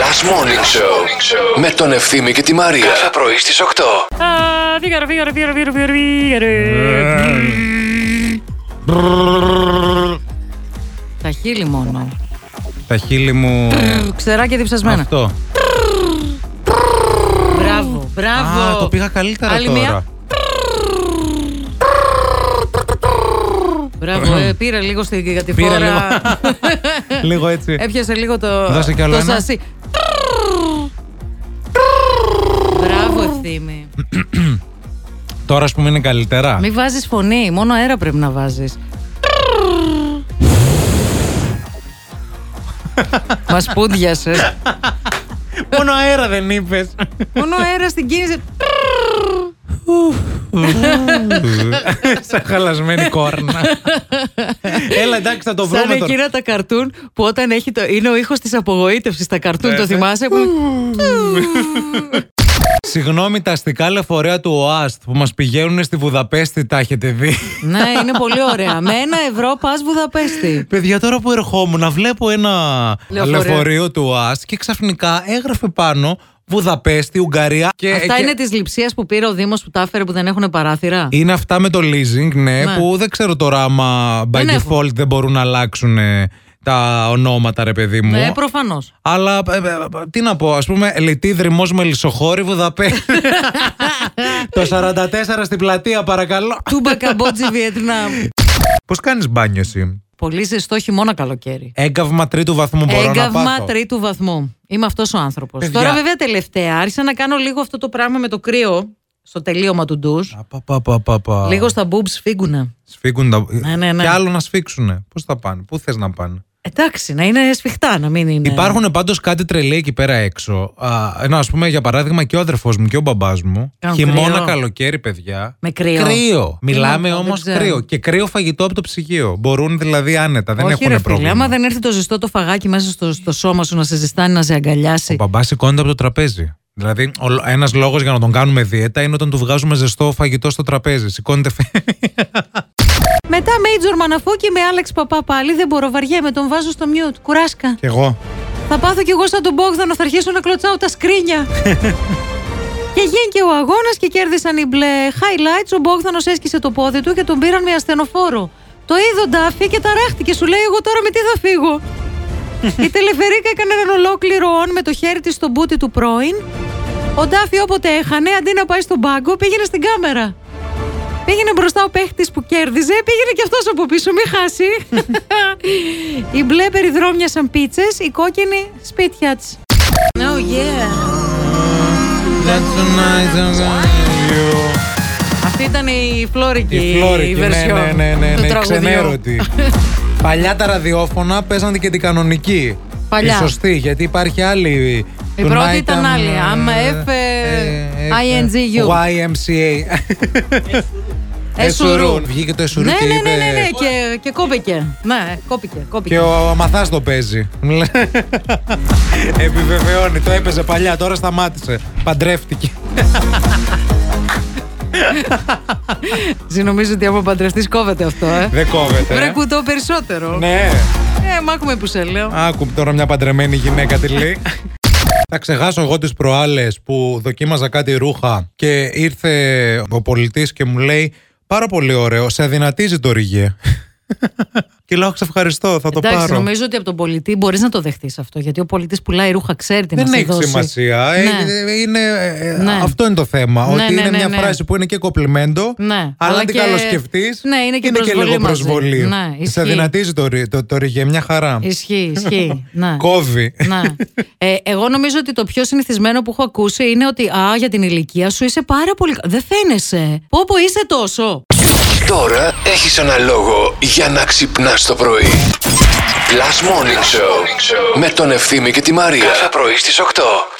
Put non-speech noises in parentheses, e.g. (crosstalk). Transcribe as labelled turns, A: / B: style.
A: Last Morning Show με τον Ευθύμη και τη Μαρία. Κάθε πρωί στις 8.
B: Α, φίγαρο, φίγαρο, φίγαρο, φίγαρο, φίγαρο,
C: Ναι.
B: φίγαρο. Τα χείλη μόνο.
C: Τα χείλη μου.
B: Ξερά και διψασμένα.
C: Ε. Αυτό.
B: Μπράβο, μπράβο.
C: Α, το πήγα καλύτερα
B: Άλλη
C: τώρα.
B: μία. Μπράβο,
C: (clears throat)
B: ε, πήρε λίγο στην
C: Πήρε
B: (laughs) κατηφόρα.
C: λίγο. λίγο έτσι.
B: Έπιασε λίγο το,
C: Δώσε κι άλλο
B: το
C: ένα.
B: σασί. Μπράβο, Ευθύμη.
C: Τώρα, ας πούμε, είναι καλύτερα.
B: Μην βάζεις φωνή, μόνο αέρα πρέπει να βάζεις.
C: (laughs)
B: Μας πούντιασες.
C: Μόνο αέρα δεν είπες.
B: Μόνο αέρα στην κίνηση.
C: Σαν χαλασμένη κόρνα. (laughs) Έλα, εντάξει, θα το
B: Σαν
C: βρούμε τώρα.
B: εκείνα τα καρτούν που όταν έχει το, είναι ο ήχος της απογοήτευσης τα καρτούν,
C: Ναι,
B: το
C: ναι.
B: θυμάσαι. Που...
C: Συγγνώμη, τα αστικά λεωφορεία του ΟΑΣΤ που μας πηγαίνουν στη Βουδαπέστη, τα έχετε δει.
B: ναι, είναι πολύ ωραία. Με ένα ευρώ πας Βουδαπέστη.
C: Παιδιά, τώρα που ερχόμουν, βλέπω ένα
B: Λεωφορείο.
C: λεωφορείο του ΟΑΣΤ και ξαφνικά έγραφε πάνω Βουδαπέστη, Ουγγαρία. Και,
B: Αυτά
C: Ε, και-
B: είναι της λειψίας που πήρε ο Δήμος που τα έφερε που δεν έχουν παράθυρα.
C: Είναι αυτά με το leasing, ναι,
B: Ναι.
C: που δεν ξέρω τώρα άμα by
B: Δεν έχουν.
C: default δεν μπορούν να αλλάξουν ε, τα ονόματα, ρε παιδί μου.
B: Ναι, προφανώς.
C: Αλλά ε, ε, ε, τι να πω, ας πούμε, Ελιτή Δρυμός Μελισσοχώρη
B: (laughs)
C: Βουδαπέστη. το 44 στην πλατεία, παρακαλώ.
B: Τούμπα
C: (laughs)
B: Καμπότζη Βιετνάμ.
C: Πώς κάνεις μπάνιο εσύ.
B: Πολύ ζεστό χειμώνα καλοκαίρι.
C: Έγκαυμα τρίτου βαθμού μπορώ να
B: Έγκαυμα
C: πάθω.
B: τρίτου βαθμού. Είμαι αυτός ο άνθρωπος.
C: Παιδιά.
B: Τώρα, βέβαια, τελευταία άρχισα να κάνω λίγο αυτό το πράγμα με το κρύο στο τελείωμα του ντουζ.
C: Α, πα, πα, πα, πα, πα.
B: Λίγο στα boobs φύγουνε.
C: Σφίγγουν τα.
B: Ναι, ναι, ναι.
C: Και άλλο να σφίξουνε. Πώς θα πάνε, πού θες να πάνε.
B: Εντάξει, να είναι σφιχτά, να μην είναι.
C: Υπάρχουν πάντως κάτι τρελή εκεί πέρα έξω. Α, να, ας πούμε, για παράδειγμα, και ο αδερφός μου και ο μπαμπάς μου.
B: Κάνουν
C: χειμώνα
B: κρύο.
C: καλοκαίρι, παιδιά.
B: Με κρύο.
C: Μιλάμε
B: να πω,
C: όμω
B: δεν ξέρω.
C: κρύο. Και κρύο φαγητό από το ψυγείο. Μπορούν δηλαδή άνετα, δεν
B: Όχι,
C: έχουν
B: ρε, φίλε,
C: πρόβλημα.
B: Άμα δεν έρθει το ζεστό το φαγάκι μέσα στο, στο σώμα σου να σε ζεστάνει, να σε αγκαλιάσει.
C: Ο μπαμπάς σηκώνεται από το τραπέζι. Δηλαδή, ένας λόγος για να τον κάνουμε δίαιτα είναι όταν του βγάζουμε ζεστό φαγητό στο τραπέζι. Σηκώνεται φε-
B: Μετά Major Μαναφούκη με Άλεξ Παπά πάλι. Δεν μπορώ, βαριέμαι, τον βάζω στο μute. Κουράσκα.
C: Κι εγώ.
B: Θα πάθω κι εγώ σαν τον Μπόγδανο, θα αρχίσω να κλωτσάω τα σκρίνια. και γίνηκε ο αγώνας και κέρδισαν οι μπλε highlights. Ο Μπόγδανος έσκησε το πόδι του και τον πήραν με ασθενοφόρο. Το είδε ο Ντάφη και ταράχτηκε. Σου λέει: Εγώ τώρα με τι θα φύγω. η Τελεφερίκα έκανε έναν ολόκληρο όν με το χέρι της στο μπούτι του πρώην. Ο Ντάφη όποτε έχανε, αντί να πάει στον πάγκο, πήγαινε στην κάμερα. Πήγαινε μπροστά ο παίχτης που κέρδιζε, πήγαινε και αυτός από πίσω, μην χάσει. (laughs) Οι μπλε περιδρόμιασαν πίτσες, οι κόκκινοι σπίτια της. No, Oh, yeah. Αυτή ήταν η φλόρικη,
C: Η Φλόρικη, ναι,
B: version
C: ναι, ναι, ναι,
B: του
C: ναι,
B: τραγουδιού. (laughs)
C: ξενέρωτη. Παλιά τα ραδιόφωνα παίζανε και την κανονική.
B: Παλιά.
C: Η σωστή, γιατί υπάρχει άλλη.
B: Η
C: του
B: πρώτη
C: Night
B: ήταν
C: Am,
B: άλλη.
C: ε,
B: Am, F, ε, INGU.
C: YMCA.
B: Εσουρού.
C: Εσουρούν. Ε, Βγήκε το Εσουρού
B: Ε, Ναι,
C: και
B: ναι, ναι,
C: είπε.
B: ναι, ναι, και, και κόπηκε. Ναι, κόπηκε, κόπηκε.
C: Και ο Μαθάς το παίζει.
B: (laughs)
C: Επιβεβαιώνει. Το έπαιζε παλιά, τώρα σταμάτησε. Παντρεύτηκε.
B: Εσύ νομίζω ότι άμα παντρευτείς κόβεται αυτό, ε.
C: Δεν κόβεται.
B: Βρε
C: ε.
B: κουτό περισσότερο.
C: Ναι.
B: Ε, μ' άκουμε που σε λέω.
C: Άκου τώρα μια παντρεμένη γυναίκα τη λέει. Θα ξεχάσω εγώ τις προάλλες που δοκίμαζα κάτι ρούχα και ήρθε ο πολιτής και μου λέει «Πάρα πολύ ωραίο, σε αδυνατίζει το ριγέ». και λέω «Σε ευχαριστώ, θα το
B: Εντάξει,
C: πάρω».
B: νομίζω ότι από τον πολιτή μπορείς να το δεχτείς αυτό. Γιατί ο πολιτής πουλάει ρούχα, ξέρει τι
C: Δεν
B: να σε
C: έχει
B: δώσει.
C: σημασία. Ε,
B: Ναι.
C: ε, είναι, ε,
B: Ναι.
C: Αυτό είναι το θέμα.
B: Ναι,
C: ότι
B: ναι,
C: είναι
B: ναι,
C: μια
B: ναι.
C: φράση που είναι και κομπλιμέντο,
B: Ναι,
C: αλλά,
B: αλλά
C: αν την
B: και-
C: καλοσκεφτείς,
B: ναι, είναι και προσβολή
C: λίγο
B: μαζί.
C: προσβολή.
B: Ναι, ισχύει.
C: σε αδυνατίζει το, ρι- το, το ριγέ, μια χαρά.
B: Ισχύει, ισχύει. ναι.
C: Κόβει.
B: Ναι.
C: (laughs)
B: Ε, εγώ νομίζω ότι το πιο συνηθισμένο που έχω ακούσει είναι ότι Α, για την ηλικία σου είσαι πάρα πολύ. κα- Δεν φαίνεσαι. Πω, πω είσαι τόσο.
A: Τώρα έχεις ένα λόγο για να ξυπνάς το πρωί. Last Morning Show με τον Ευθύμη και τη Μαρία. Κάθε πρωί στις 8.